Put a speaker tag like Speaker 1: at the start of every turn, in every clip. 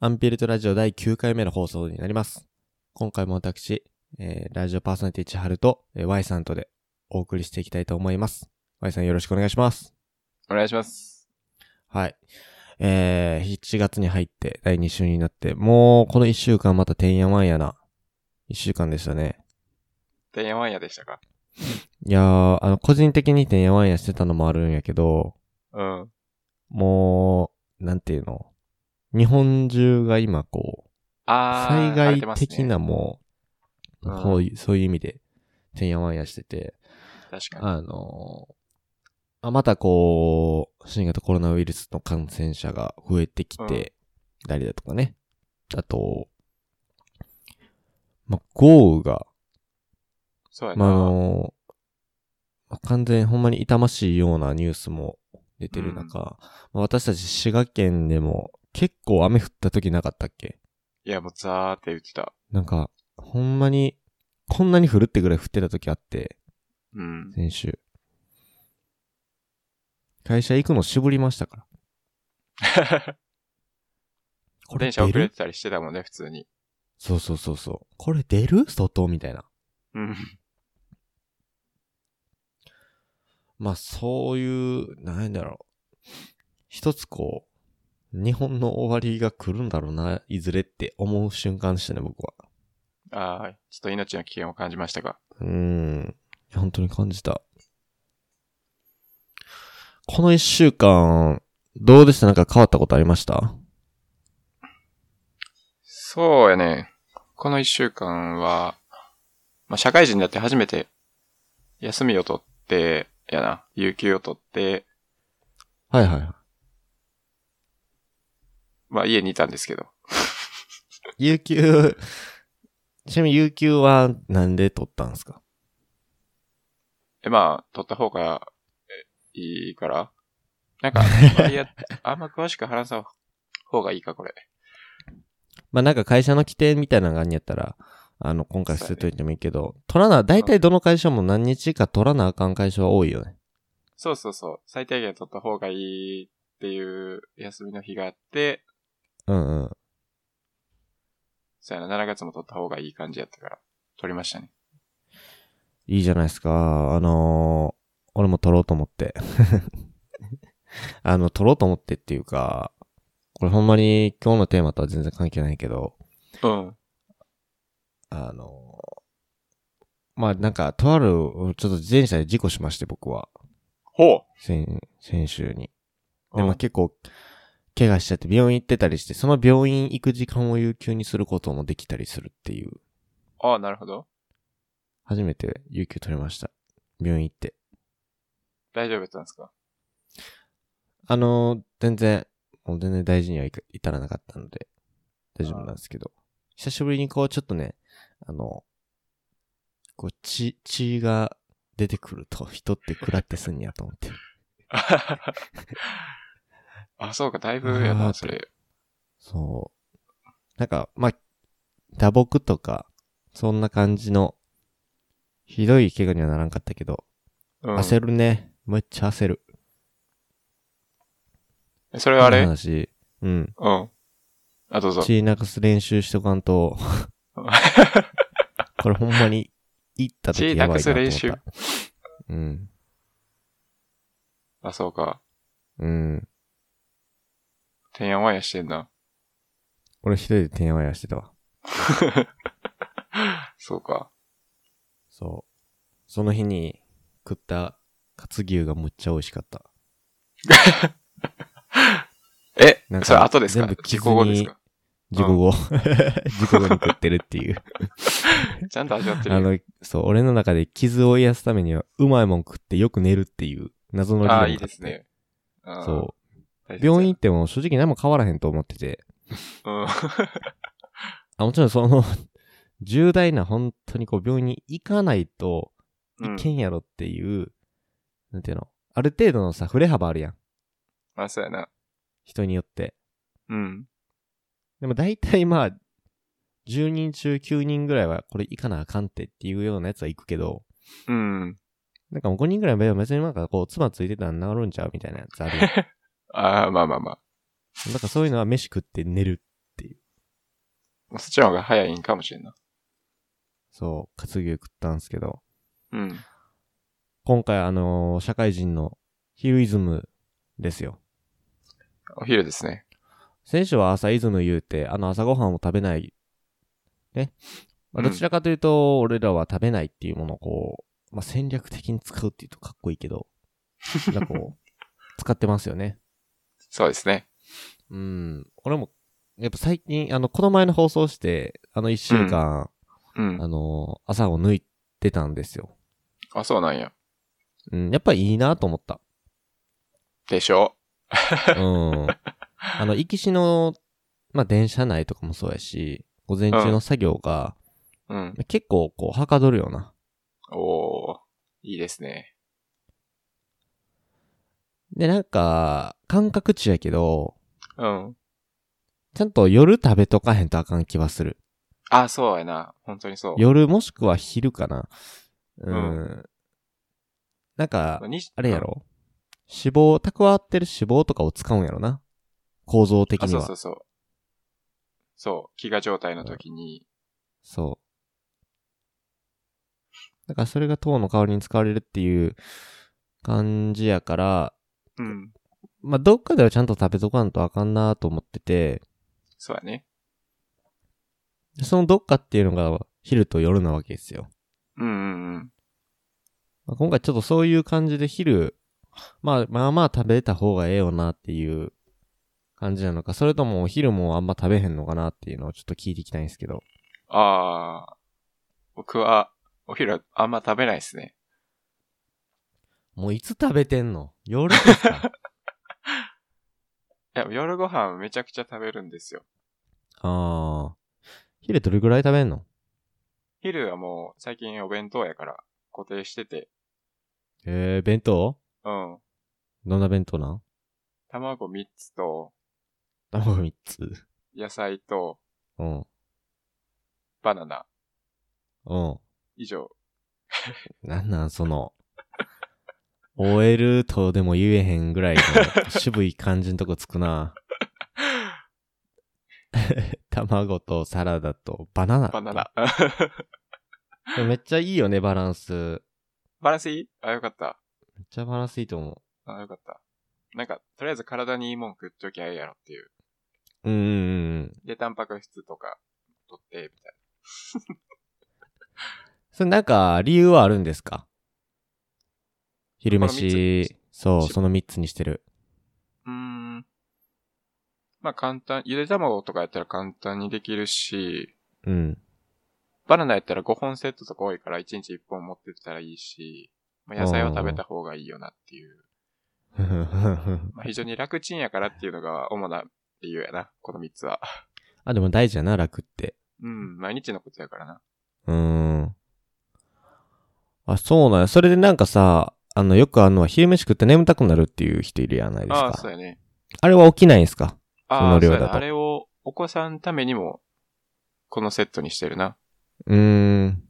Speaker 1: アンピルトラジオ第9回目の放送になります。今回も私、えーラジオパーソナリティ千春と、えー Y さんとでお送りしていきたいと思います。Y さんよろしくお願いします。
Speaker 2: お願いします。
Speaker 1: はい。えー、7月に入って第2週になって、もうこの1週間またてんやわんやな。1週間でしたね。
Speaker 2: てんやわんやでしたか
Speaker 1: いやー、あの、個人的にてんやわんやしてたのもあるんやけど、
Speaker 2: うん。
Speaker 1: もう、なんていうの日本中が今こう、
Speaker 2: あー
Speaker 1: 災
Speaker 2: 荒れ
Speaker 1: 害
Speaker 2: てますね
Speaker 1: 的なもう、
Speaker 2: うん
Speaker 1: そういう、そういう意味で、てんやわんやしてて、
Speaker 2: 確か
Speaker 1: あのーあ、またこう、新型コロナウイルスの感染者が増えてきて、たりだとかね。あと、ま、豪雨が、
Speaker 2: に。そうやな。
Speaker 1: まあ、あのーま完全にほんまに痛ましいようなニュースも出てる中、ま私たち滋賀県でも結構雨降った時なかったっけ
Speaker 2: いや、もうザーって言ってた。
Speaker 1: なんか、ほんまに、こんなに降るってぐらい降ってた時あって、
Speaker 2: うん。
Speaker 1: 先週。会社行くの絞りましたから。これ
Speaker 2: 電車
Speaker 1: 出
Speaker 2: 遅れ
Speaker 1: る
Speaker 2: てたりしてたもんね、普通に。
Speaker 1: そうそうそうそう。これ出る外みたいな。
Speaker 2: うん。
Speaker 1: まあそういう、なんやだろう。一つこう、日本の終わりが来るんだろうな、いずれって思う瞬間でしたね、僕は。
Speaker 2: あーちょっと命の危険を感じましたが。
Speaker 1: うーん。いや本当に感じた。この一週間、どうでしたなんか変わったことありました
Speaker 2: そうやね。この一週間は、まあ、社会人だって初めて、休みを取って、やな、有給を取って、
Speaker 1: はいはいは
Speaker 2: まあ、家にいたんですけど。
Speaker 1: い。有給、ちなみに有給はなんで取ったんですか
Speaker 2: え、まあ、取った方がえいいから。な んか、あんまりやあんま詳しく話さ方がいいか、これ。
Speaker 1: まあなんか会社の規定みたいなのがあんやったら、あの、今回捨てといてもいいけど、取らな、大体どの会社も何日か取らなあかん会社は多いよね。
Speaker 2: そうそうそう。最低限取った方がいいっていう休みの日があって、
Speaker 1: うんうん。
Speaker 2: そうやな、7月も取った方がいい感じやったから、取りましたね。
Speaker 1: いいじゃないですか。あのー俺も撮ろうと思って。 あの、撮ろうと思ってっていうか、これほんまに今日のテーマとは全然関係ないけど、
Speaker 2: うん。
Speaker 1: あのーまあ、なんか、とある、ちょっと自転車で事故しまして、僕は。
Speaker 2: ほう
Speaker 1: 先、先週に。で、
Speaker 2: うん
Speaker 1: まあ、結構、怪我しちゃって病院行ってたりして、その病院行く時間を有給にすることもできたりするっていう。
Speaker 2: ああ、なるほど。
Speaker 1: 初めて有給取れました。病院行って。
Speaker 2: 大丈夫だったんですか
Speaker 1: あのー全然、もう全然大事にはいか至らなかったので、大丈夫なんですけど、久しぶりにこう、ちょっとね、あの、こう、血、血が出てくると、人って食らってすんやと思って。
Speaker 2: あ、そうか、だいぶや
Speaker 1: あ
Speaker 2: な、
Speaker 1: ー
Speaker 2: それ。
Speaker 1: そう。なんか、まあ、打撲とか、そんな感じの、ひどい怪我にはならんかったけど、
Speaker 2: うん。
Speaker 1: 焦るね。めっちゃ焦る。
Speaker 2: それはあ
Speaker 1: こ
Speaker 2: れ
Speaker 1: の話、うん。
Speaker 2: うん。あ、どうぞ。
Speaker 1: 血なくす練習しとかんと、 これほんまに、行った時
Speaker 2: 血
Speaker 1: や
Speaker 2: な
Speaker 1: ばい
Speaker 2: く
Speaker 1: な
Speaker 2: す
Speaker 1: と思った。
Speaker 2: 練習
Speaker 1: うん。
Speaker 2: あ、そうか。
Speaker 1: うん。
Speaker 2: てんやわんやしてんな。
Speaker 1: 俺一人でてんやわんやしてたわ。
Speaker 2: そうか。
Speaker 1: そう。その日に食ったカツ牛がむっちゃ美味しかった。
Speaker 2: え
Speaker 1: なん、か
Speaker 2: それ後ですか
Speaker 1: 全部傷に
Speaker 2: 事故後ですか
Speaker 1: 事 故後。事故後に食ってるっていう。
Speaker 2: ちゃんと味わってる
Speaker 1: あ
Speaker 2: よ。
Speaker 1: の、そう、俺の中で傷を癒すためには、うまいもん食ってよく寝るっていう謎の理論があ
Speaker 2: ああ、
Speaker 1: って
Speaker 2: いいです。ね。うん
Speaker 1: そ
Speaker 2: 大
Speaker 1: う。
Speaker 2: 切や
Speaker 1: 病院行っても正直何も変わらへんと思ってて。
Speaker 2: う
Speaker 1: あ、
Speaker 2: ん。
Speaker 1: もちろんその、重大な本当にこう病院に行かないと
Speaker 2: うん
Speaker 1: いけんやろっていう、なんていうのある程度のさ、触れ幅あるやん。
Speaker 2: まあ、そうやな。
Speaker 1: 人によって。
Speaker 2: うん。
Speaker 1: でも大体まあ、10人中9人ぐらいはこれ行かなあかんってっていうようなやつは行くけど、
Speaker 2: うん。
Speaker 1: なんかもう5人ぐらいは別になんかこう、妻ついてたら治るんちゃうみたいなやつあるやん。だか
Speaker 2: ああ、まあまあまあ。
Speaker 1: らそういうのは飯食って寝るっていう。
Speaker 2: まあそっちの方が早いんかもしれんな。
Speaker 1: そう、活牛食ったんですけど、
Speaker 2: うん。
Speaker 1: 今回あのー社会人のヒルイズムですよ。
Speaker 2: お昼ですね。
Speaker 1: 選手は朝イズム言うて、あの朝ごはんを食べない。ね。まあ
Speaker 2: う
Speaker 1: ど
Speaker 2: ん
Speaker 1: ちらかというと、俺らは食べないっていうものをこう、まあ、戦略的に使うっていうとかっこいいけど、なんかこう、 使ってますよね。
Speaker 2: そうですね。
Speaker 1: うん。俺も、やっぱ最近、あの、この前の放送して、あの一週間、
Speaker 2: うん。
Speaker 1: あのー朝を抜いてたんですよ。
Speaker 2: あ、そうなんや。
Speaker 1: うん。やっぱいいなと思った。
Speaker 2: でしょ
Speaker 1: うん。あの、行きしの、まあ、電車内とかもそうやし、午前中の作業が、
Speaker 2: う。うん。
Speaker 1: 結構こう、はかどるよな。
Speaker 2: おー、いいですね。
Speaker 1: で、なんか、感覚値やけど、
Speaker 2: うん。
Speaker 1: ちゃんと夜食べとかへんとあかん気はする。
Speaker 2: あ、そうやな。本当にそう。
Speaker 1: 夜もしくは昼かな。うん。
Speaker 2: う
Speaker 1: なんか、
Speaker 2: に
Speaker 1: あれやろ脂肪、蓄ってる脂肪とかを使うんやろな。構造的
Speaker 2: あ、
Speaker 1: に
Speaker 2: そ
Speaker 1: は。
Speaker 2: う
Speaker 1: そ
Speaker 2: そううそう。そう、飢餓状態の時に、
Speaker 1: だからそれが糖の代わりに使われるっていう感じやから、
Speaker 2: うん、
Speaker 1: まあ、どっかではちゃんと食べとかんとあかんなと思ってて、
Speaker 2: そうやね。
Speaker 1: そのどっかっていうのが昼と夜なわけですよ。
Speaker 2: うんうんうん。
Speaker 1: まあ、今回ちょっとそういう感じで昼、まあまあまあ食べた方がええよなっていう感じなのか、それともお昼もあんま食べへんのかなっていうのをちょっと聞いていきたいんですけど。
Speaker 2: ああ、僕は、お昼はあんま食べないですね。
Speaker 1: もういつ食べてんの夜ですか
Speaker 2: いや、夜ご飯めちゃくちゃ食べるんですよ。
Speaker 1: ああ。昼どれぐらい食べんの
Speaker 2: 昼はもう、最近お弁当やから、固定してて、
Speaker 1: えー、弁当
Speaker 2: うん。
Speaker 1: どんな弁当なん
Speaker 2: 卵3つと、
Speaker 1: 卵3つ。
Speaker 2: 野菜と、
Speaker 1: うん。
Speaker 2: バナナ、
Speaker 1: うん。
Speaker 2: 以上。
Speaker 1: なんなん、その、OL とでも言えへんぐらいの渋い感じのとこつくな。卵とサラダとバナナ。
Speaker 2: バナナ。
Speaker 1: でもめっちゃいいよね、バランス。
Speaker 2: バランスいいあ、よかった。
Speaker 1: めっちゃバランスいいと思
Speaker 2: あ、よかった。なんか、とりあえず体にいいもん食っときゃええやろっていう。
Speaker 1: う。うんうんうんうん。
Speaker 2: で、タンパク質とか、取って、みたいな。
Speaker 1: それなんか、理由はあるんですか昼
Speaker 2: この三つ
Speaker 1: 飯、そう、
Speaker 2: し
Speaker 1: その3つにしてる。
Speaker 2: うーん。まあ簡単、ゆで卵とかやったら簡単にできるし、
Speaker 1: うん。
Speaker 2: バナナやったら5本セットとか多いから1日1本持ってったらいいし、まあ、野菜は食べた方がいいよなっていう。まあ非常に楽ちんやからっていうのが主な理由やな、この3つは。
Speaker 1: あ、でも大事やな、楽って。
Speaker 2: うん、毎日のことやからな。
Speaker 1: うーん。あ、そうなんや。それでなんかさ、あの、よくあるのは、昼飯食って眠たくなるっていう人いるやないですか。
Speaker 2: ああ、
Speaker 1: あ
Speaker 2: そうやね。
Speaker 1: れは起きないんすかそ
Speaker 2: あ
Speaker 1: の
Speaker 2: あ、
Speaker 1: 量
Speaker 2: そう
Speaker 1: だ
Speaker 2: や
Speaker 1: と
Speaker 2: な。あれをお子さんためにも、このセットにしてるな。
Speaker 1: うーん。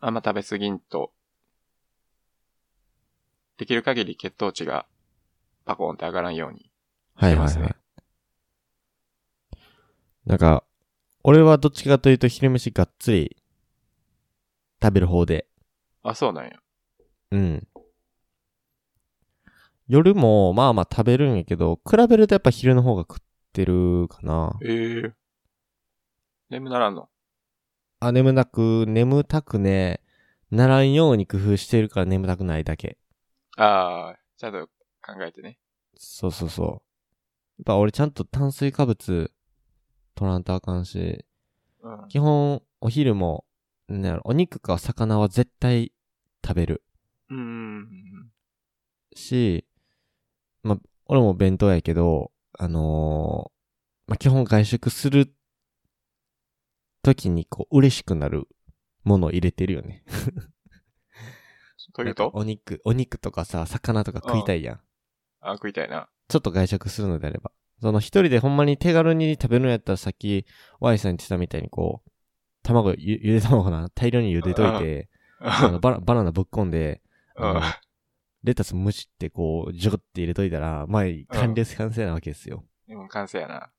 Speaker 2: あんま食べ過ぎんと、できる限り血糖値がパコーンって上がらんように。
Speaker 1: はいはい
Speaker 2: してま
Speaker 1: は
Speaker 2: す
Speaker 1: い。なんか、俺はどっちかというと昼飯がっつり食べる方で。
Speaker 2: あ、そうなんや。
Speaker 1: うん。夜もまあまあ食べるんやけど、比べるとやっぱ昼の方が食ってるかな。
Speaker 2: ええ眠ならんの
Speaker 1: あ、眠なく、眠たくね、ならんように工夫してるから眠たくないだけ。
Speaker 2: ああ、ちゃんと考えてね。
Speaker 1: そうそうそう。やっぱ俺ちゃんと炭水化物取らんとあかんし、
Speaker 2: うん。
Speaker 1: 基本お昼も、なんやろ、お肉か魚は絶対食べる
Speaker 2: うんうんうん。
Speaker 1: し、まあ、俺も弁当やけど、あのーまあ、基本外食する時にこう嬉しくなるものを入れてるよね。
Speaker 2: という
Speaker 1: なんか
Speaker 2: と
Speaker 1: お肉、お肉とかさ、魚とか食いたいやん。
Speaker 2: あ食いたいな。
Speaker 1: ちょっと外食するのであれば。その一人でほんまに手軽に食べるのやったらさっき、Y さんに言ってたみたいにこう、卵、ゆ、ゆで卵な、大量に茹でといて、あのバラ、バナナぶっこんで、
Speaker 2: う
Speaker 1: あの
Speaker 2: ん。
Speaker 1: レタス蒸しってこう、ジョコって入れといたら、まあ、完了完成なわけですよ。
Speaker 2: うん、完成やな。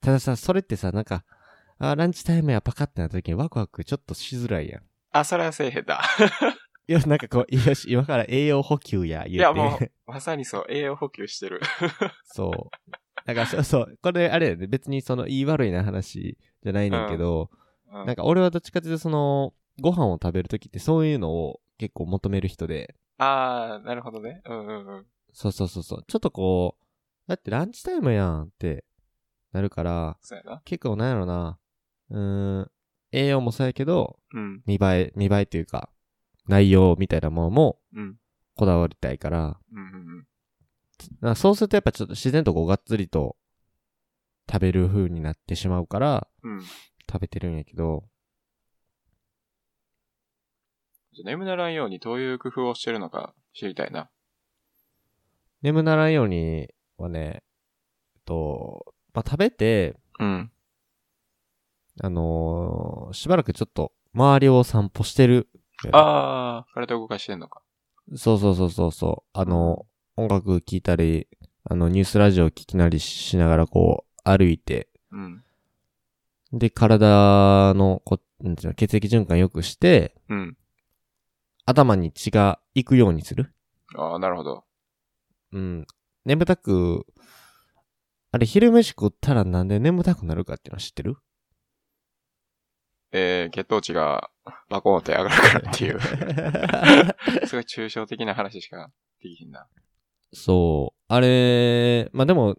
Speaker 1: たださ、それってさ、なんか、あーランチタイムやパカってなった時にワクワクちょっとしづらいやん。
Speaker 2: あ、それはせえへんだ。
Speaker 1: いや、なんかこう、よし、今から栄養補給や、
Speaker 2: い
Speaker 1: 言
Speaker 2: や、
Speaker 1: っ
Speaker 2: も
Speaker 1: て。
Speaker 2: う、まさにそう、栄養補給してる。
Speaker 1: そう。だから、そうそう。これ、あれやね、別にその、言い悪いな話じゃないねんけど、
Speaker 2: う
Speaker 1: なん
Speaker 2: ん、
Speaker 1: か俺はどっちかというと、その、ご飯を食べる時ってそういうのを結構求める人で、
Speaker 2: あー、なるほどね。うんうんうん。
Speaker 1: そうそうそうそう。ちょっとこう、だってランチタイムやんってなるから、
Speaker 2: そうやな。
Speaker 1: 結構なんやろな。うーん、栄養もそうやけど、
Speaker 2: うん、
Speaker 1: 見栄え、見栄えというか、内容みたいなものも
Speaker 2: うん、
Speaker 1: こだわりたいから、
Speaker 2: うん、うん
Speaker 1: なんかそうするとやっぱちょっと自然とこうがっつりと食べる風になってしまうから、
Speaker 2: うん。うん。じ
Speaker 1: 食べてるんやけど、
Speaker 2: ゃあ眠ならんようにどういう工夫をしてるのか知りたいな。
Speaker 1: 眠ならんようにはね、えっと、まあ、食べて、
Speaker 2: うん。
Speaker 1: あのーしばらくちょっと周りを散歩してる。
Speaker 2: あー、体を動かしてんのか。
Speaker 1: そうそうそうそうそう。あの、音楽聴いたり、あの、ニュースラジオ聴きなりしながらこう、歩いて、
Speaker 2: うん。
Speaker 1: で、体の、こなんていうの、血液循環良くして、
Speaker 2: うん。
Speaker 1: 頭に血が行くようにする。
Speaker 2: あー、なるほど。
Speaker 1: うん。眠たく、あれ、昼飯食ったらなんで眠たくなるかっていうのは知ってる
Speaker 2: えー、血糖値がバコーンって上がるからって いう、すごい抽象的な話しかできひんな。
Speaker 1: そう。あれ、まあ、でも、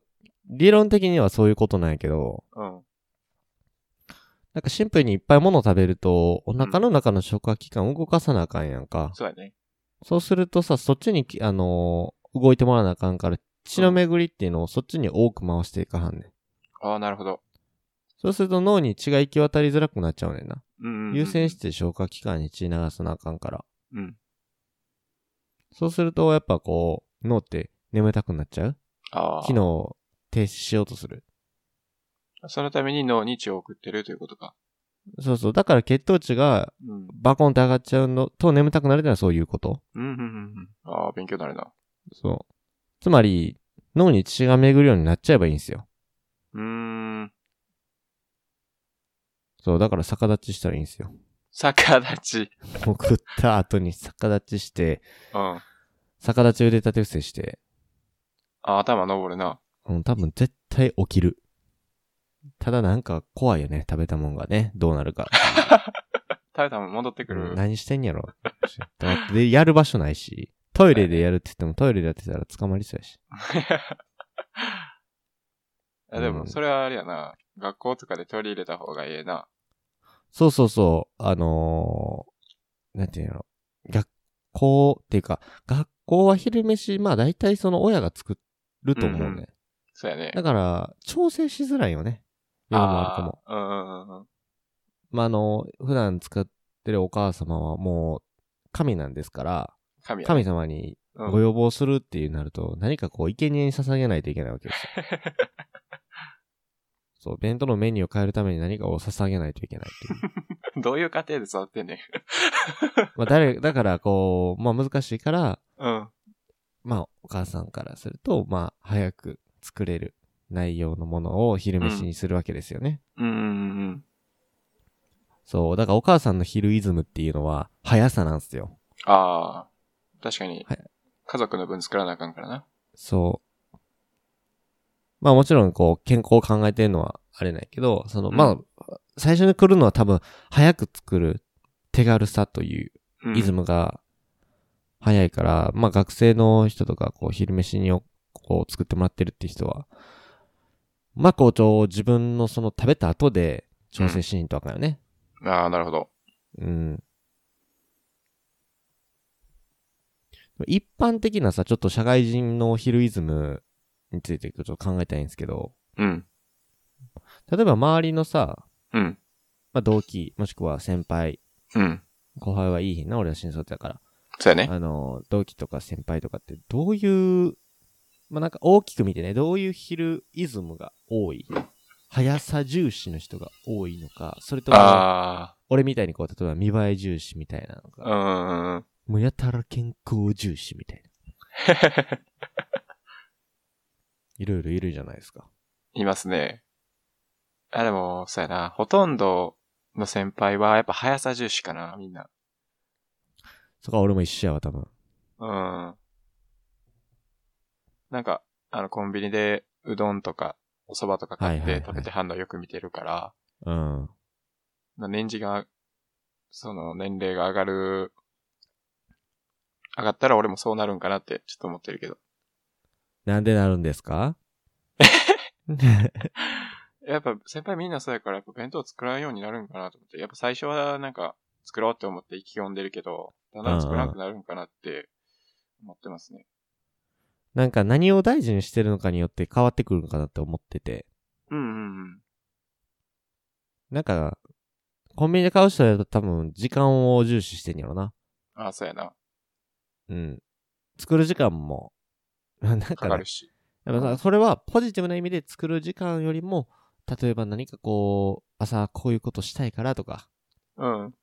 Speaker 1: 理論的にはそういうことなんやけど、
Speaker 2: うん。
Speaker 1: なんかシンプルにいっぱいもの食べると、お腹の中の消化器官を動かさなあかんやんか。
Speaker 2: そうやね。
Speaker 1: そうするとさ、そっちにき、あのー動いてもらわなあかんから、血の巡りっていうのをそっちに多く回していかはんねん。
Speaker 2: ああ、なるほど。
Speaker 1: そうすると脳に血が行き渡りづらくなっちゃうねんな。
Speaker 2: うんうんうん、
Speaker 1: 優先して消化器官に血流さなあかんから。
Speaker 2: うん。
Speaker 1: そうすると、やっぱこう、脳って眠たくなっちゃう
Speaker 2: ああ。
Speaker 1: 機能を停止しようとする。
Speaker 2: そのために脳に血を送ってるということか。
Speaker 1: そうそう。だから血糖値が
Speaker 2: うん。
Speaker 1: バコンって上がっちゃうのと眠たくなるってのはそういうこと。
Speaker 2: うん、うん、うん。ああ、勉強になるな。
Speaker 1: そう。つまり、脳に血が巡るようになっちゃえばいいんですよ。
Speaker 2: うーん。
Speaker 1: そう、だから逆立ちしたらいいんですよ。
Speaker 2: 逆立ち。
Speaker 1: もう食った後に逆立ちして、
Speaker 2: うん。あ
Speaker 1: 逆立ち腕立て伏せして、
Speaker 2: あ、頭登るな。
Speaker 1: うん、多分絶対起きる。ただなんか怖いよね、食べたもんがね、どうなるか。
Speaker 2: 食べたもん戻ってくる。
Speaker 1: 何してんやろ。 ちょっと待ってで、やる場所ないし、トイレでやるって言ってもトイレでやってたら捕まりそうやし。
Speaker 2: あでも、
Speaker 1: うん
Speaker 2: それはあれやな。学校とかで取り入れた方がええな。
Speaker 1: そうそうそう、あのー、なんていうんやろ。学校っていうか、学校は昼飯、まあ大体その親が作ると思うね。
Speaker 2: うんうんそうやね。
Speaker 1: だから、調整しづらいよね。いうのもあるかも。
Speaker 2: ああ。うんうんうんうん。
Speaker 1: まあ、あの、普段使ってるお母様はもう神なんですから、
Speaker 2: 神やね。
Speaker 1: 神様に
Speaker 2: うん
Speaker 1: ご要望するっていうなると、何かこう、生贄に捧げないといけないわけ ですよ。そう、弁当のメニューを変えるために何かを捧げないといけないっていう。
Speaker 2: どういう過程で育ってんねん。
Speaker 1: まあ、誰、だからこう、まあ難しいから、
Speaker 2: うん。
Speaker 1: まあお母さんからすると、まあ早く作れる内容のものを昼飯にするわけですよね。
Speaker 2: うんうんうん。
Speaker 1: そう、だからお母さんの昼イズムっていうのは、速さなんですよ。
Speaker 2: ああ。確かに
Speaker 1: はい。
Speaker 2: 家族の分作らなあかんからな。
Speaker 1: そう。まあもちろんこう健康を考えてるのはあれないけど、その、
Speaker 2: うん
Speaker 1: まあ、最初に来るのは多分早く作る手軽さという
Speaker 2: うん
Speaker 1: イズ。ムが早いから、まあ学生の人とかこう昼飯にをこう作ってもらってるって人は、まあこうちょ自分のその食べた後で調整しにとあかんよね。
Speaker 2: ああ、なるほど。
Speaker 1: うん。一般的なさ、ちょっと社会人のヒルイズムについてちょっと考えたいんですけど、
Speaker 2: うん。
Speaker 1: 例えば周りのさ、
Speaker 2: うん。
Speaker 1: まあ、同期、もしくは先輩、
Speaker 2: うん。
Speaker 1: 後輩はいいひんな、俺は新卒だから。
Speaker 2: そうやね。
Speaker 1: あの、同期とか先輩とかってどういう、まあ、なんか大きく見てね、どういうヒルイズムが多い速さ重視の人が多いのか、それとも、
Speaker 2: あ
Speaker 1: 俺みたいにこう、例えば見栄え重視みたいなの
Speaker 2: あ。
Speaker 1: か、
Speaker 2: うんうん うん。
Speaker 1: もうやたら健康重視みたいな。いろいろいるじゃないですか。
Speaker 2: いますね。あ、でも、そうやな。ほとんどの先輩は、やっぱ速さ重視かな、みんな。
Speaker 1: そこは俺も一緒やわ、多分。
Speaker 2: うん。なんか、あの、コンビニで、うどんとか、お蕎麦とか買っ
Speaker 1: はいはいは
Speaker 2: て
Speaker 1: い
Speaker 2: 食べて反応よく見てるから、
Speaker 1: うん。
Speaker 2: な年次が、その、年齢が上がる、上がったら俺もそうなるんかなって、ちょっと思ってるけど。
Speaker 1: なんでなるんですか
Speaker 2: やっぱ先輩みんなそうやから、やっぱ弁当作らんようになるんかなと思って、やっぱ最初はなんか作ろうって思って意気込んでるけど、だんだん作らなくなるんかなって思ってますね。
Speaker 1: なんか何を大事にしてるのかによって変わってくるのかなって思ってて。
Speaker 2: うんうんうん。
Speaker 1: なんか、コンビニで買う人だと多分時間を重視してんやろな。
Speaker 2: ああ、そうやな。
Speaker 1: うん。作る時間も、 なんかね、
Speaker 2: かかるし。
Speaker 1: やっぱさそれはポジティブな意味で作る時間よりも、例えば何かこう、朝こういうことしたいからとか、
Speaker 2: うん。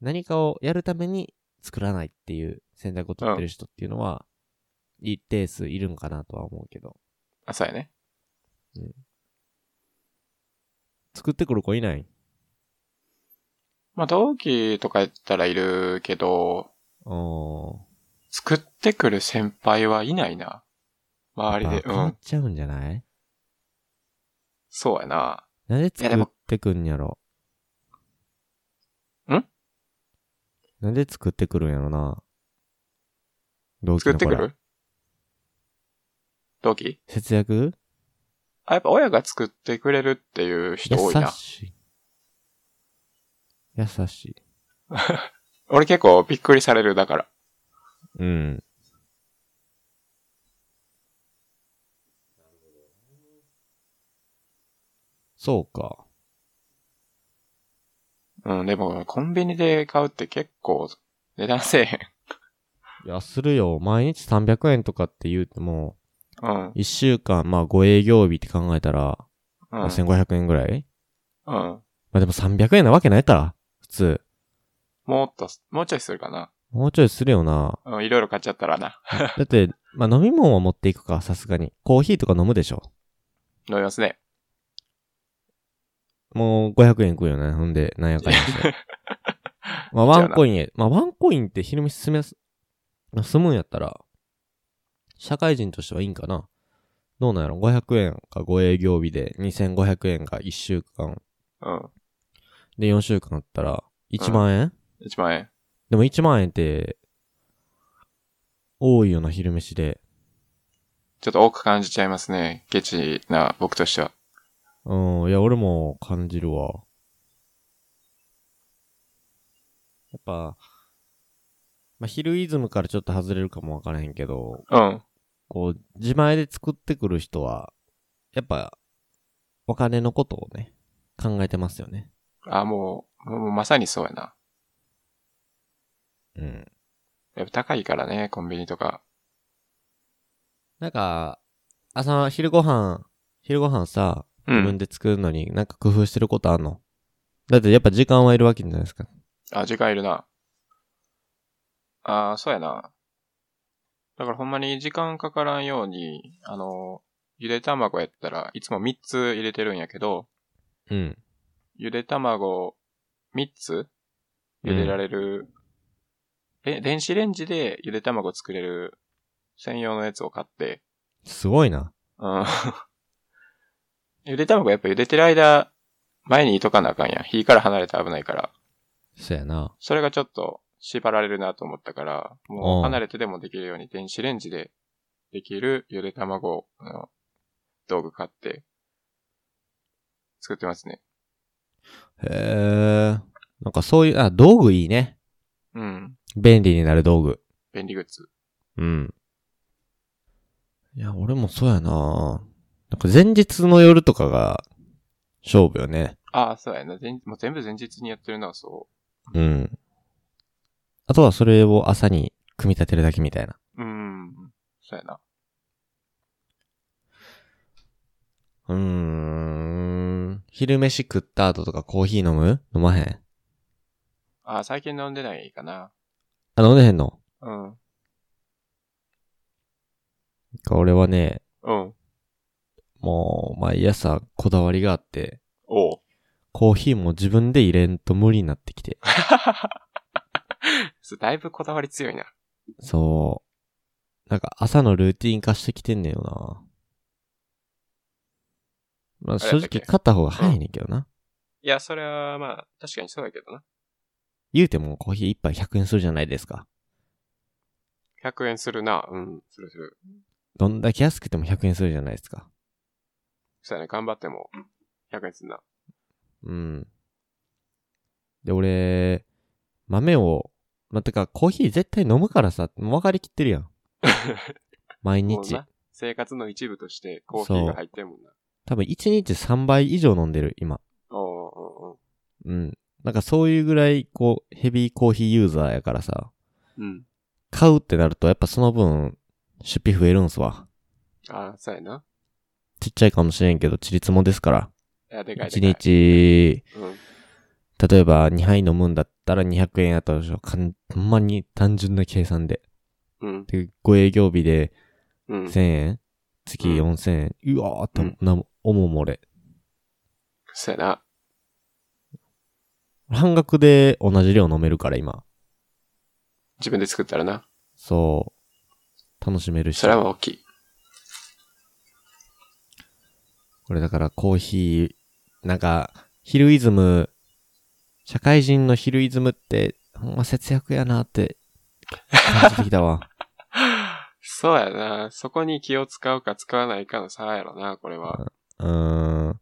Speaker 1: 何かをやるために作らないっていう選択を取ってる人っていうのは、一定数いるんかなとは思うけど。
Speaker 2: あ、そうやね。
Speaker 1: 作ってくる子いない
Speaker 2: まあ同期とかやったらいるけど、
Speaker 1: おー。
Speaker 2: 作ってくる先輩はいないな。周り
Speaker 1: やっ
Speaker 2: で。
Speaker 1: ぱ
Speaker 2: う
Speaker 1: 変わっ
Speaker 2: ん。
Speaker 1: ちゃうんじゃない
Speaker 2: そうやな。
Speaker 1: なんで
Speaker 2: いやで
Speaker 1: 作っ
Speaker 2: も
Speaker 1: てくんやろ
Speaker 2: ん
Speaker 1: なんで作ってくるんやろな同期
Speaker 2: 作
Speaker 1: の
Speaker 2: ってく
Speaker 1: 子ら
Speaker 2: る同期
Speaker 1: 節約
Speaker 2: あ、やっぱ親が作ってくれるっていう人多い
Speaker 1: 優
Speaker 2: な。
Speaker 1: しい。優しい。
Speaker 2: 俺結構びっくりされる、だから。
Speaker 1: うん。そうか。
Speaker 2: うん、でも、コンビニで買うって結構、値段せえ
Speaker 1: いや、するよ。毎日300円とかって言うても、
Speaker 2: へん。 うん。
Speaker 1: 1週間、まあ5営業日って考えたら、
Speaker 2: う
Speaker 1: ま
Speaker 2: ん。
Speaker 1: あ1500円ぐらい
Speaker 2: うん。
Speaker 1: まあでも300円なわけないから、普通。
Speaker 2: もっと、もうちょいするかな。
Speaker 1: もうちょいするよな。
Speaker 2: うん、いろいろ買っちゃったらな。
Speaker 1: だって、まあ飲み物は持っていくか、さすがに。コーヒーとか飲むでしょ。
Speaker 2: 飲みますね。
Speaker 1: もう500円食うよね。ほんで、なんやかんやして。まあワンコインへ。まあワンコインって昼飯進めす、まあ、済むんやったら、社会人としてはいいんかな。どうなんやろ ?500 円か5営業日で、2500円が1週間。
Speaker 2: うん。
Speaker 1: で、4週間あったら、1万円、
Speaker 2: 1万円。
Speaker 1: でも1万円って、多いよな、昼飯で。
Speaker 2: ちょっと多く感じちゃいますね。ケチな僕としては。
Speaker 1: うん、いや、俺も感じるわ。やっぱ、まあ、昼イズムからちょっと外れるかもわからへんけど、
Speaker 2: うん。
Speaker 1: こう、自前で作ってくる人は、やっぱ、お金のことをね、考えてますよね。
Speaker 2: あ、もう、もうまさにそうやな。
Speaker 1: うん。
Speaker 2: やっぱ高いからね、コンビニとか。
Speaker 1: なんか、朝、昼ご飯、昼ご飯さ、
Speaker 2: う
Speaker 1: 自分
Speaker 2: ん。
Speaker 1: で作るのになんか工夫してることあんの、だってやっぱ時間はいるわけじゃないですか。
Speaker 2: あ、時間いるな。あー、そうやな。だからほんまに時間かからんように、あの、ゆで卵やったらいつも3つ入れてるんやけど、
Speaker 1: うん。
Speaker 2: ゆで卵3つ
Speaker 1: うん
Speaker 2: 茹でられる、え電子レンジでゆで卵作れる専用のやつを買って、
Speaker 1: すごいな。
Speaker 2: うん。 ゆで卵やっぱ茹でてる間、前にいとかなあかんやん。火から離れたら危ないから。
Speaker 1: そやな。
Speaker 2: それがちょっと縛られるなと思ったから、も
Speaker 1: あ
Speaker 2: う
Speaker 1: あ
Speaker 2: 離れてでもできるように電子レンジでできるゆで卵の道具買って、作ってますね。
Speaker 1: へえ。なんかそういう、あ、道具いいね。
Speaker 2: うん。
Speaker 1: 便利になる道具。
Speaker 2: 便利グッズ。
Speaker 1: うん。いや、俺もそうやななんか前日の夜とかが、勝負よね。
Speaker 2: ああ、そうやな。前もう全部前日にやってるな、そ
Speaker 1: うん。あとはそれを朝に組み立てるだけみたいな。
Speaker 2: う。うーん。そうやな。
Speaker 1: うーん。昼飯食った後とかコーヒー飲む飲まへん。
Speaker 2: ああ、最近飲んでないかな。
Speaker 1: あ、飲んでへんの
Speaker 2: うん。
Speaker 1: なんか俺はね、
Speaker 2: うん。
Speaker 1: もう、毎朝こだわりがあって、
Speaker 2: おう。
Speaker 1: コーヒーも自分で入れんと無理になってきて。
Speaker 2: それだいぶこだわり強いな。
Speaker 1: そう。なんか朝のルーティン化してきてんねんよな。まあ
Speaker 2: あ
Speaker 1: 正
Speaker 2: れやったっけ
Speaker 1: 直勝った方が早いねんけどな。
Speaker 2: いや、それはまあ、確かにそうだけどな。
Speaker 1: 言うてもコーヒー一杯100円するじゃないですか。
Speaker 2: 100円するな。うん、するする。
Speaker 1: どんだけ安くても100円するじゃないですか。
Speaker 2: そうやね、頑張っても100円するな。
Speaker 1: うん。で、俺、豆を、まあ、てかコーヒー絶対飲むからさ、もう分かりきってるや ん。毎
Speaker 2: もう
Speaker 1: 日。
Speaker 2: な生活の一部としてコーヒーが入ってるもんな。
Speaker 1: 多分1日3倍以上飲んでる、今。
Speaker 2: おうおうおう
Speaker 1: うん。なんかそういうぐらい、こう、ヘビーコーヒーユーザーやからさ、
Speaker 2: うん。
Speaker 1: 買うってなると、やっぱその分、出費増えるんすわ。
Speaker 2: ああ、そうやな。
Speaker 1: ちっちゃいかもしれんけど、ちりつもですから。
Speaker 2: いや、でかい
Speaker 1: 1
Speaker 2: でかい。
Speaker 1: 日、
Speaker 2: うん。
Speaker 1: 例えば2杯飲むんだったら200円やったでしょ。かん、ほんまに単純な計算で。
Speaker 2: うん。
Speaker 1: で、ご営業日で
Speaker 2: うん。
Speaker 1: 1000円月4000円。うわーって思う、な、思うもん俺。
Speaker 2: そうやな。
Speaker 1: 半額で同じ量飲めるから、今。
Speaker 2: 自分で作ったらな。
Speaker 1: そう。楽しめるし。
Speaker 2: それは大きい。
Speaker 1: これだからコーヒー、なんか、ヒルイズム、社会人のヒルイズムって、ほんま節約やなって感じてきたわ。
Speaker 2: そうやな。そこに気を使うか使わないかの差やろな、これは。
Speaker 1: うーん。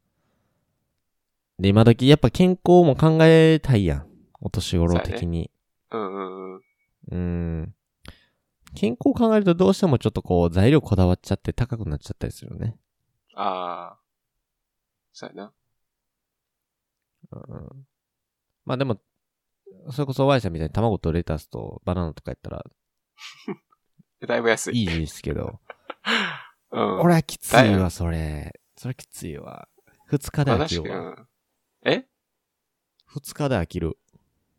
Speaker 1: で、今時やっぱ健康も考えたいやん。お年頃的に。
Speaker 2: うんうんうん。
Speaker 1: うーん。健康を考えるとどうしてもちょっとこう材料こだわっちゃって高くなっちゃったりするよね。
Speaker 2: ああ。そうやな。
Speaker 1: うん。まあでも、それこそ Y さんみたいに卵とレタスとバナナとかやったら
Speaker 2: だいぶ安い。
Speaker 1: いいですけど。
Speaker 2: うん。
Speaker 1: 俺はきつい
Speaker 2: だ
Speaker 1: わ、
Speaker 2: よ
Speaker 1: それ。それきついわ。二日で
Speaker 2: まあ
Speaker 1: 飽き
Speaker 2: 確
Speaker 1: る
Speaker 2: かにう
Speaker 1: わ。
Speaker 2: ん。え
Speaker 1: 二日で飽きる。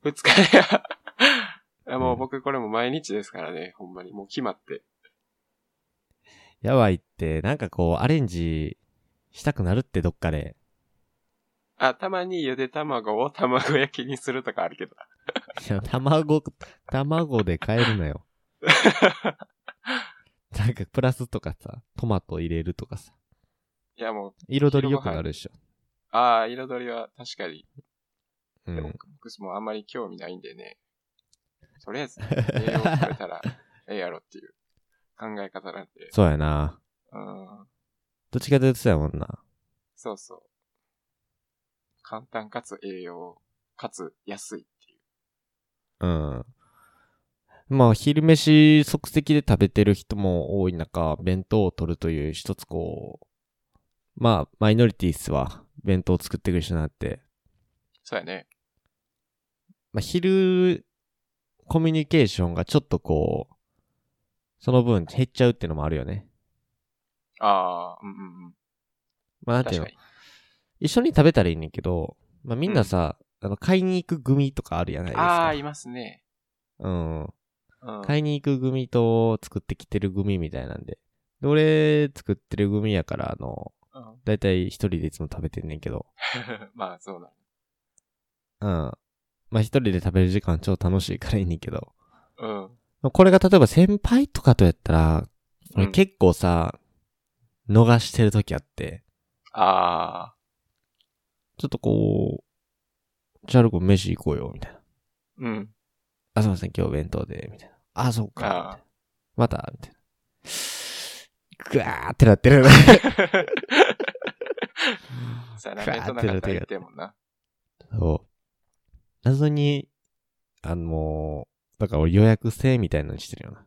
Speaker 2: 二日でいや もううん僕これも毎日ですからね、ほんまに。もう決まって。
Speaker 1: やばいって、なんかこう、アレンジしたくなるってどっかで。
Speaker 2: あ、たまにゆで卵を卵焼きにするとかあるけど。
Speaker 1: いや、卵、卵で変える なよ。なんかプラスとかさ、トマト入れるとかさ。
Speaker 2: いやもう、
Speaker 1: 彩り良くなるでしょ。
Speaker 2: ああ、彩りは確かに。
Speaker 1: う
Speaker 2: でも
Speaker 1: ん。
Speaker 2: 僕もあんまり興味ないんでね。とりあ えず、栄養を取れたら、ええやろっていう考え方なんで。
Speaker 1: そうやな。
Speaker 2: うん。
Speaker 1: どっちかというとそうやもんな。
Speaker 2: そうそう。簡単かつ栄養、かつ安いってい
Speaker 1: う
Speaker 2: う。
Speaker 1: ん。まあ、昼飯即席で食べてる人も多い中、弁当を取るという一つこう、まあ、マイノリティースは弁当を作ってくる人になって、
Speaker 2: そうやね。
Speaker 1: まあ、昼、コミュニケーションがちょっとこう、その分減っちゃうっていうのもあるよね。
Speaker 2: ああ、うんうんうん。
Speaker 1: まあ、なんていうの
Speaker 2: 確かに。
Speaker 1: 一緒に食べたらいいねんけど、まあ、みんなさ、あの、買いに行く組とかあるじゃないです
Speaker 2: あ
Speaker 1: か
Speaker 2: あ、。いますね。
Speaker 1: うん。
Speaker 2: うん。
Speaker 1: 買いに行く組と作ってきてる組みたいなんで。で、俺、作ってる組やから、あの、
Speaker 2: うん
Speaker 1: だいたい一人でいつも食べてんねんけど。
Speaker 2: まあ、そうなの。
Speaker 1: うん。まあ一人で食べる時間超楽しいからいいねんけど。
Speaker 2: うん。
Speaker 1: これが例えば先輩とかとやったら、
Speaker 2: うん
Speaker 1: 俺結構さ、逃してる時あって、
Speaker 2: ああ、
Speaker 1: ちょっとこう、チャルコ飯行こうよ、みたいな。
Speaker 2: うん。
Speaker 1: あ、すいません、今日弁当で、みたいな。あ、そうか。みたい
Speaker 2: あ
Speaker 1: なまた、みたいな。ぐわーってなって る。
Speaker 2: そうやな、弁当なかったら言ってんもんな。
Speaker 1: そう。謎に、あのー、だから俺予約制みたいなのにしてるよな。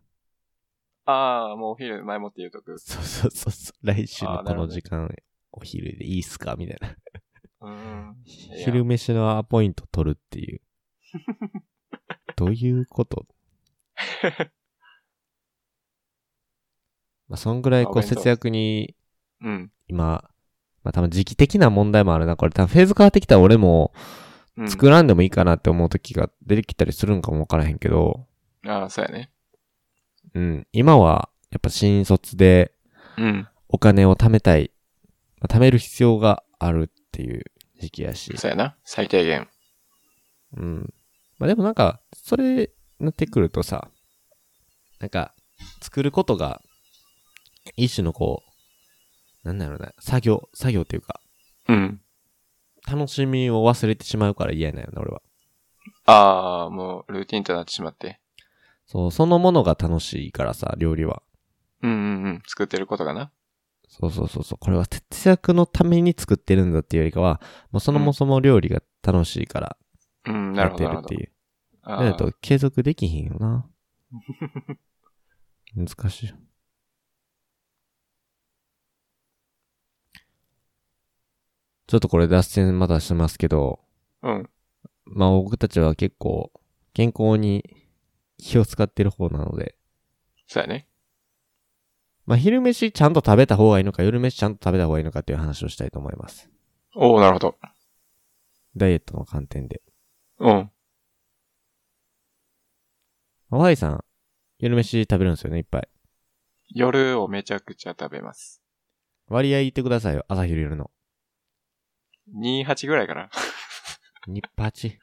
Speaker 2: ああ、もうお昼前もって言うとく。
Speaker 1: そうそうそうそう。来週
Speaker 2: あ
Speaker 1: の
Speaker 2: ー
Speaker 1: こ
Speaker 2: なるほ
Speaker 1: の
Speaker 2: ど
Speaker 1: 時間、お昼でいいっすかみたいな。
Speaker 2: うん。や
Speaker 1: 昼飯のアポイント取るって いう。どういうことまあ、そんぐらい
Speaker 2: あお
Speaker 1: こう
Speaker 2: 弁当
Speaker 1: 節約に、
Speaker 2: うん。
Speaker 1: 今、まあ多分時期的な問題もあるな。これ多分フェーズ変わってきたら俺も
Speaker 2: うん、
Speaker 1: 作らんでもいいかなって思う時が出てきたりするんかもわからへんけど、
Speaker 2: ああ、そうやね。
Speaker 1: うん。今は、やっぱ新卒で
Speaker 2: うん。
Speaker 1: お金を貯めたい。まあ貯める必要があるっていう時期やし。
Speaker 2: そうやな。最低限。
Speaker 1: うん。まあでもなんか、それなってくるとさ、なんか、作ることが、一種のこう、なんだろうな、作業、作業っていうか、
Speaker 2: うん。
Speaker 1: 楽しみを忘れてしまうから嫌なんよな、俺は。
Speaker 2: ああ、もうルーティンとなってしまって。
Speaker 1: そう、そのものが楽しいからさ、料理は。
Speaker 2: うんうんうん。作ってることがな。
Speaker 1: そうそうそうそう。これは節約のために作ってるんだっていうよりかは、もうそもそも料理が楽しいから
Speaker 2: うん、な
Speaker 1: や
Speaker 2: る
Speaker 1: っ
Speaker 2: ほ
Speaker 1: て
Speaker 2: ど。
Speaker 1: るっ
Speaker 2: なるほ
Speaker 1: て
Speaker 2: ど
Speaker 1: いう。
Speaker 2: あ
Speaker 1: だ
Speaker 2: ー
Speaker 1: と継続できひんよ な。難しいよ。ちょっとこれ脱線まだしてますけど、
Speaker 2: うん。
Speaker 1: まあ僕たちは結構健康に気を使ってる方なので、
Speaker 2: そうやね。
Speaker 1: まあ昼飯ちゃんと食べた方がいいのか、夜飯ちゃんと食べた方がいいのかっていう話をしたいと思います。
Speaker 2: おおなるほど。
Speaker 1: ダイエットの観点で。
Speaker 2: うん。
Speaker 1: まあ Y さん、夜飯食べるんですよね、いっぱい。
Speaker 2: 夜をめちゃくちゃ食べます。
Speaker 1: 割合言ってくださいよ、朝昼夜の。
Speaker 2: 28ぐらいかな。
Speaker 1: ニッパチ。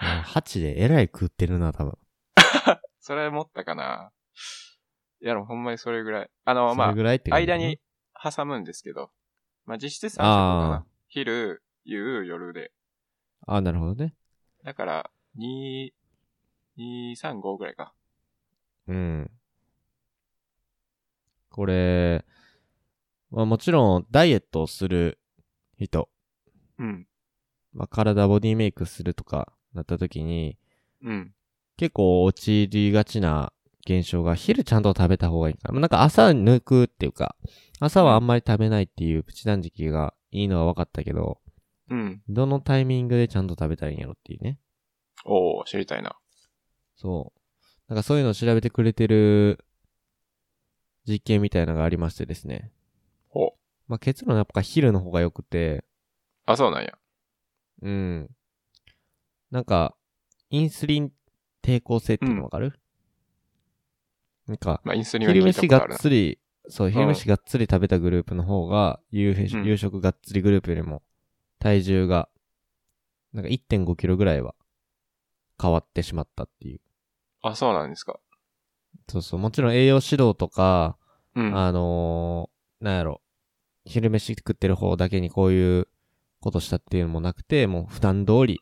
Speaker 1: 8でえらい食ってるな、多分。
Speaker 2: それ持ったかな。いや、でもほんまにそれぐらい。あの、
Speaker 1: そ
Speaker 2: ま
Speaker 1: れぐらいって
Speaker 2: あ、
Speaker 1: 感じ
Speaker 2: 間に挟むんですけど。まあ、実質3食か
Speaker 1: あ
Speaker 2: な。昼、夕、夜で。
Speaker 1: ああ、なるほどね。
Speaker 2: だから、2、235ぐらいか。
Speaker 1: うん。これ、まあもちろん、ダイエットをする人、
Speaker 2: うん。
Speaker 1: まあ体ボディメイクするとかなった時に、
Speaker 2: うん。
Speaker 1: 結構陥りがちな現象が、昼ちゃんと食べた方がいいから。まあなんか朝抜くっていうか、朝はあんまり食べないっていうプチ断食がいいのは分かったけど、
Speaker 2: うん。
Speaker 1: どのタイミングでちゃんと食べたらいいんやろっていうね。
Speaker 2: おー、知りたいな。
Speaker 1: そう。なんかそういうのを調べてくれてる実験みたいなのがありましてですね。
Speaker 2: ほう
Speaker 1: まあ、結論はやっぱ昼の方が良くて、
Speaker 2: あ、そうなんや。
Speaker 1: うん。なんか、インスリン抵抗性っていうのわかる、なんか、
Speaker 2: まあ、インスリンは
Speaker 1: 昼
Speaker 2: 聞いた
Speaker 1: 飯
Speaker 2: こと
Speaker 1: が
Speaker 2: ある
Speaker 1: っ
Speaker 2: な。
Speaker 1: つり、そう、昼飯がっつり食べたグループの方が、夕
Speaker 2: う
Speaker 1: 飯
Speaker 2: ん
Speaker 1: 夕食がっつりグループよりも、体重が、なんか1.5キロぐらいは変わってしまったっていう。
Speaker 2: あ、そうなんですか。
Speaker 1: そうそう、もちろん栄養指導とか、
Speaker 2: うん。
Speaker 1: あのー、なんやろ、昼飯食ってる方だけにこういうことしたっていうのもなくて、もう普段通り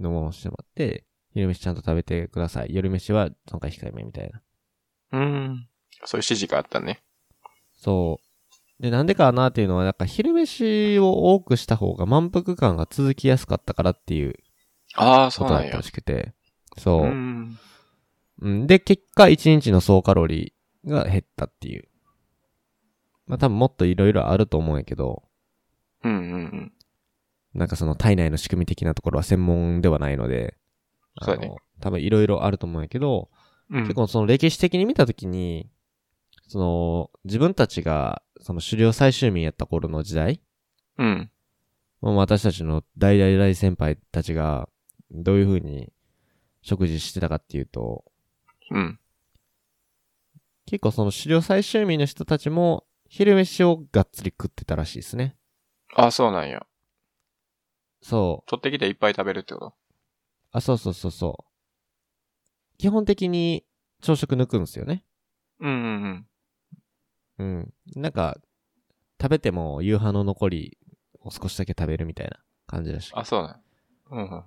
Speaker 1: のものをしてもらって、昼飯ちゃんと食べてください。夜飯は今回控えめみたいな。
Speaker 2: うん。そういう指示があったね。
Speaker 1: そう。で、なんでかなっていうのは、なんか昼飯を多くした方が満腹感が続きやすかったからっていう
Speaker 2: ああ、そ
Speaker 1: こ
Speaker 2: う
Speaker 1: と
Speaker 2: な
Speaker 1: だ
Speaker 2: ん
Speaker 1: った
Speaker 2: や
Speaker 1: ら。しくて。そうう。
Speaker 2: ん。
Speaker 1: うん、で、結果1日の総カロリーが減ったっていう。まあ多分もっといろいろあると思うんやけど。
Speaker 2: うんうんうん。
Speaker 1: なんかその体内の仕組み的なところは専門ではないので、あ
Speaker 2: そう
Speaker 1: の
Speaker 2: だね
Speaker 1: 多分いろいろあると思うんやけど、
Speaker 2: うん、
Speaker 1: 結構その歴史的に見たときに、その自分たちがその狩猟採集民やった頃の時代、
Speaker 2: うん。
Speaker 1: もう私たちの大々大先輩たちがどういうふうに食事してたかっていうと、
Speaker 2: うん。
Speaker 1: 結構その狩猟採集民の人たちも昼飯をがっつり食ってたらしいですね。
Speaker 2: ああ、そうなんや。
Speaker 1: そう。
Speaker 2: 取ってきていっぱい食べるってこと
Speaker 1: あ、そうそうそうそう。基本的に朝食抜くんですよね。
Speaker 2: うんうんうん。
Speaker 1: うん。なんか、食べても夕飯の残りを少しだけ食べるみたいな感じだしい。
Speaker 2: あ、そうなんや。うんうんうん。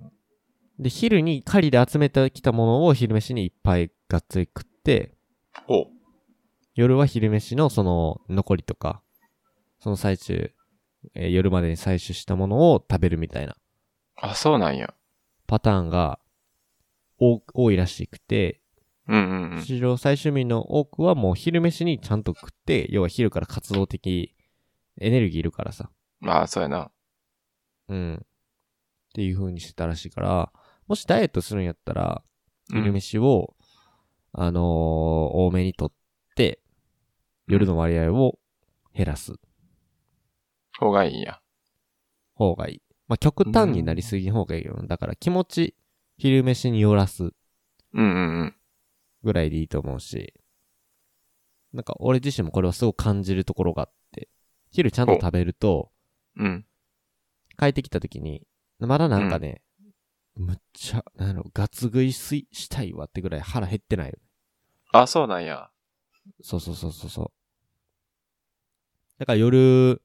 Speaker 1: で、昼に狩りで集めてきたものを昼飯にいっぱいがっつり食って、
Speaker 2: ほう。
Speaker 1: 夜は昼飯のその残りとか、その最中、えー夜までに採取したものを食べるみたいな
Speaker 2: あ、そうなんや。
Speaker 1: パターンが多多いらしくて、
Speaker 2: うんうんうん。
Speaker 1: 市場最終民の多くはもう昼飯にちゃんと食って、要は昼から活動的、エネルギーいるからさ。
Speaker 2: まあ、そうやな。
Speaker 1: うん。っていう風にしてたらしいから、もしダイエットするんやったら、
Speaker 2: うん
Speaker 1: 昼飯を、あのー多めにとって、夜の割合を減らす
Speaker 2: 方がいいんや。
Speaker 1: 方がいい。まあ、極端になりすぎん方がいいよ。だから気持ち、昼飯によらす
Speaker 2: うんうんうん。
Speaker 1: ぐらいでいいと思うし、なんか俺自身もこれはすごく感じるところがあって、昼ちゃんと食べると、
Speaker 2: うん。
Speaker 1: 帰ってきた時に、まだなんかね、むっちゃ、なんやろ、ガツ食いししたいわってぐらい腹減ってないよ。
Speaker 2: あ、そうなんや。
Speaker 1: そうそうそうそうそう。だから夜、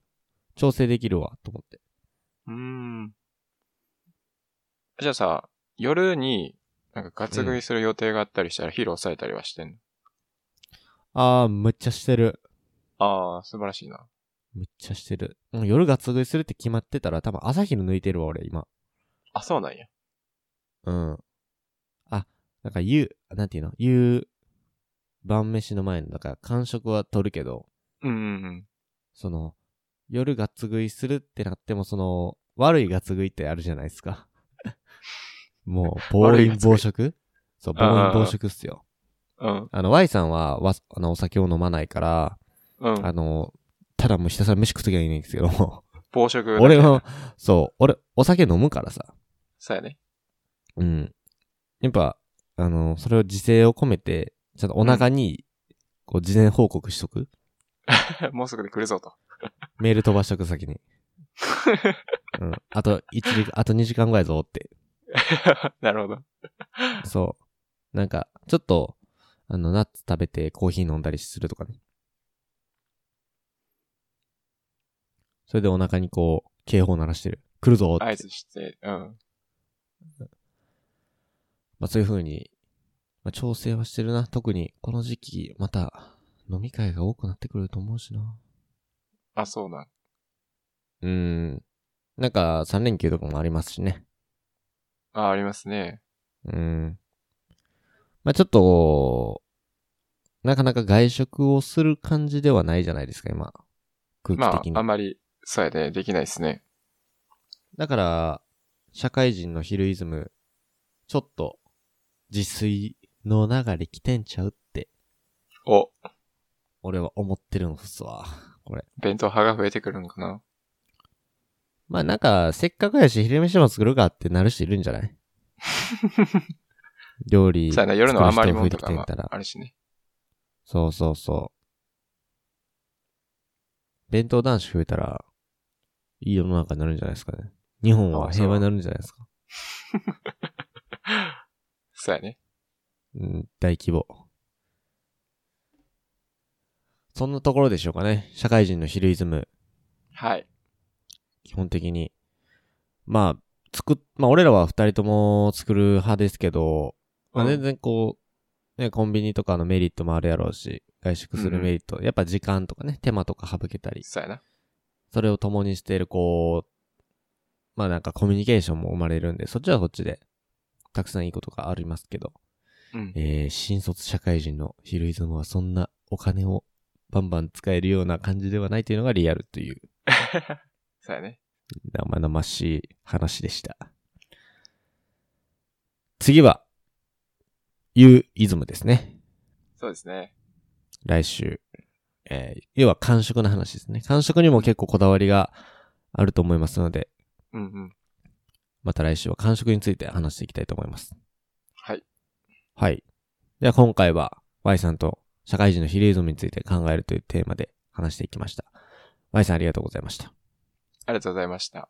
Speaker 1: 調整できるわ、と思って。
Speaker 2: うーん。じゃあさ、夜に、なんかガツ食いする予定があったりしたら、ヒール抑えたりはしてんの、
Speaker 1: あー、むっちゃしてる。
Speaker 2: ああ、素晴らしいな。
Speaker 1: むっちゃしてる。うん、夜ガツ食いするって決まってたら、多分朝昼抜いてるわ、俺、今。
Speaker 2: あ、そうなんや。
Speaker 1: うん。あ、なんか夕、なんていうの夕、晩飯の前の、だから、間食は取るけど、
Speaker 2: うんうんうん。
Speaker 1: その、夜ガッツ食いするってなっても、その、悪いガッツ食いってあるじゃないですか。 もう、暴
Speaker 2: 悪いガ
Speaker 1: 飲
Speaker 2: ッツ食い
Speaker 1: 暴食そう、暴飲暴食っすよ。
Speaker 2: うん。
Speaker 1: あの、Y さんは、わ、あの、お酒を飲まないから、
Speaker 2: うん。
Speaker 1: あの、ただもうひたすら飯食っときゃいいんですけども、
Speaker 2: 暴食。
Speaker 1: 俺。は、そう、俺、お酒飲むからさ。
Speaker 2: そうやね。
Speaker 1: うん。やっぱ、あの、それを自制を込めて、ちゃんとお腹に、こう、事前報告しとく。
Speaker 2: もうすぐで来るぞと。
Speaker 1: メール飛ばしとく先に。うん。あと、一時間、あと2時間ぐらいぞって。
Speaker 2: なるほど。
Speaker 1: そう。なんか、ちょっと、あの、ナッツ食べてコーヒー飲んだりするとかね。それでお腹にこう、警報鳴らしてる。来るぞって。
Speaker 2: 合図して、うん。
Speaker 1: まあそういう風に、まあ調整はしてるな。特に、この時期、また、飲み会が多くなってくると思うしな。
Speaker 2: あ、そうなん。
Speaker 1: うーん。なんか、3連休とかもありますしね。
Speaker 2: あ、ありますね。
Speaker 1: うん。まあちょっと、なかなか外食をする感じではないじゃないですか、今。空気
Speaker 2: ま
Speaker 1: 的に。
Speaker 2: あ、あんまり、そうやね。できないですね。
Speaker 1: だから、社会人のヒルイズム、ちょっと、自炊の流れ来てんちゃうって、
Speaker 2: お、
Speaker 1: 俺は思ってるんですわ。これ。
Speaker 2: 弁当派が増えてくるんかな。
Speaker 1: まあなんか、せっかくやし、昼飯も作るかってなる人いるんじゃ ない料理。
Speaker 2: そうやな。夜の余り物と
Speaker 1: 作
Speaker 2: か
Speaker 1: る人増えて
Speaker 2: も
Speaker 1: きてんたら
Speaker 2: あるしね。
Speaker 1: そうそうそう。弁当男子増えたら、いい世の中になるんじゃないですかね。日本は平和になるんじゃないですか。
Speaker 2: そうやね。
Speaker 1: うん、大規模。そんなところでしょうかね。社会人のヒルイズム、
Speaker 2: はい。
Speaker 1: 基本的に。まあ、作っ、まあ俺らは二人とも作る派ですけど、まあ、
Speaker 2: うん
Speaker 1: 全然こう、ね、コンビニとかのメリットもあるやろうし、外食するメリット、やっぱ時間とかね、手間とか省けたり、
Speaker 2: そうやな。
Speaker 1: それを共にしている、こう、まあなんかコミュニケーションも生まれるんで、そっちはそっちで、たくさんいいことがありますけど、
Speaker 2: うん。
Speaker 1: えー、新卒社会人のヒルイズムはそんなお金をバンバン使えるような感じではないというのがリアルという
Speaker 2: そうやね。
Speaker 1: 生々しい話でした。次は、ユーイズムですね。
Speaker 2: そうですね。
Speaker 1: 来週。えー、要は感食の話ですね。感食にも結構こだわりがあると思いますので、
Speaker 2: うんうん。
Speaker 1: また来週は感食について話していきたいと思います。
Speaker 2: はい。
Speaker 1: はい。では今回は Y さんと社会人のヒレイズムについて考えるというテーマで話していきました。Y さんありがとうございました。
Speaker 2: ありがとうございました。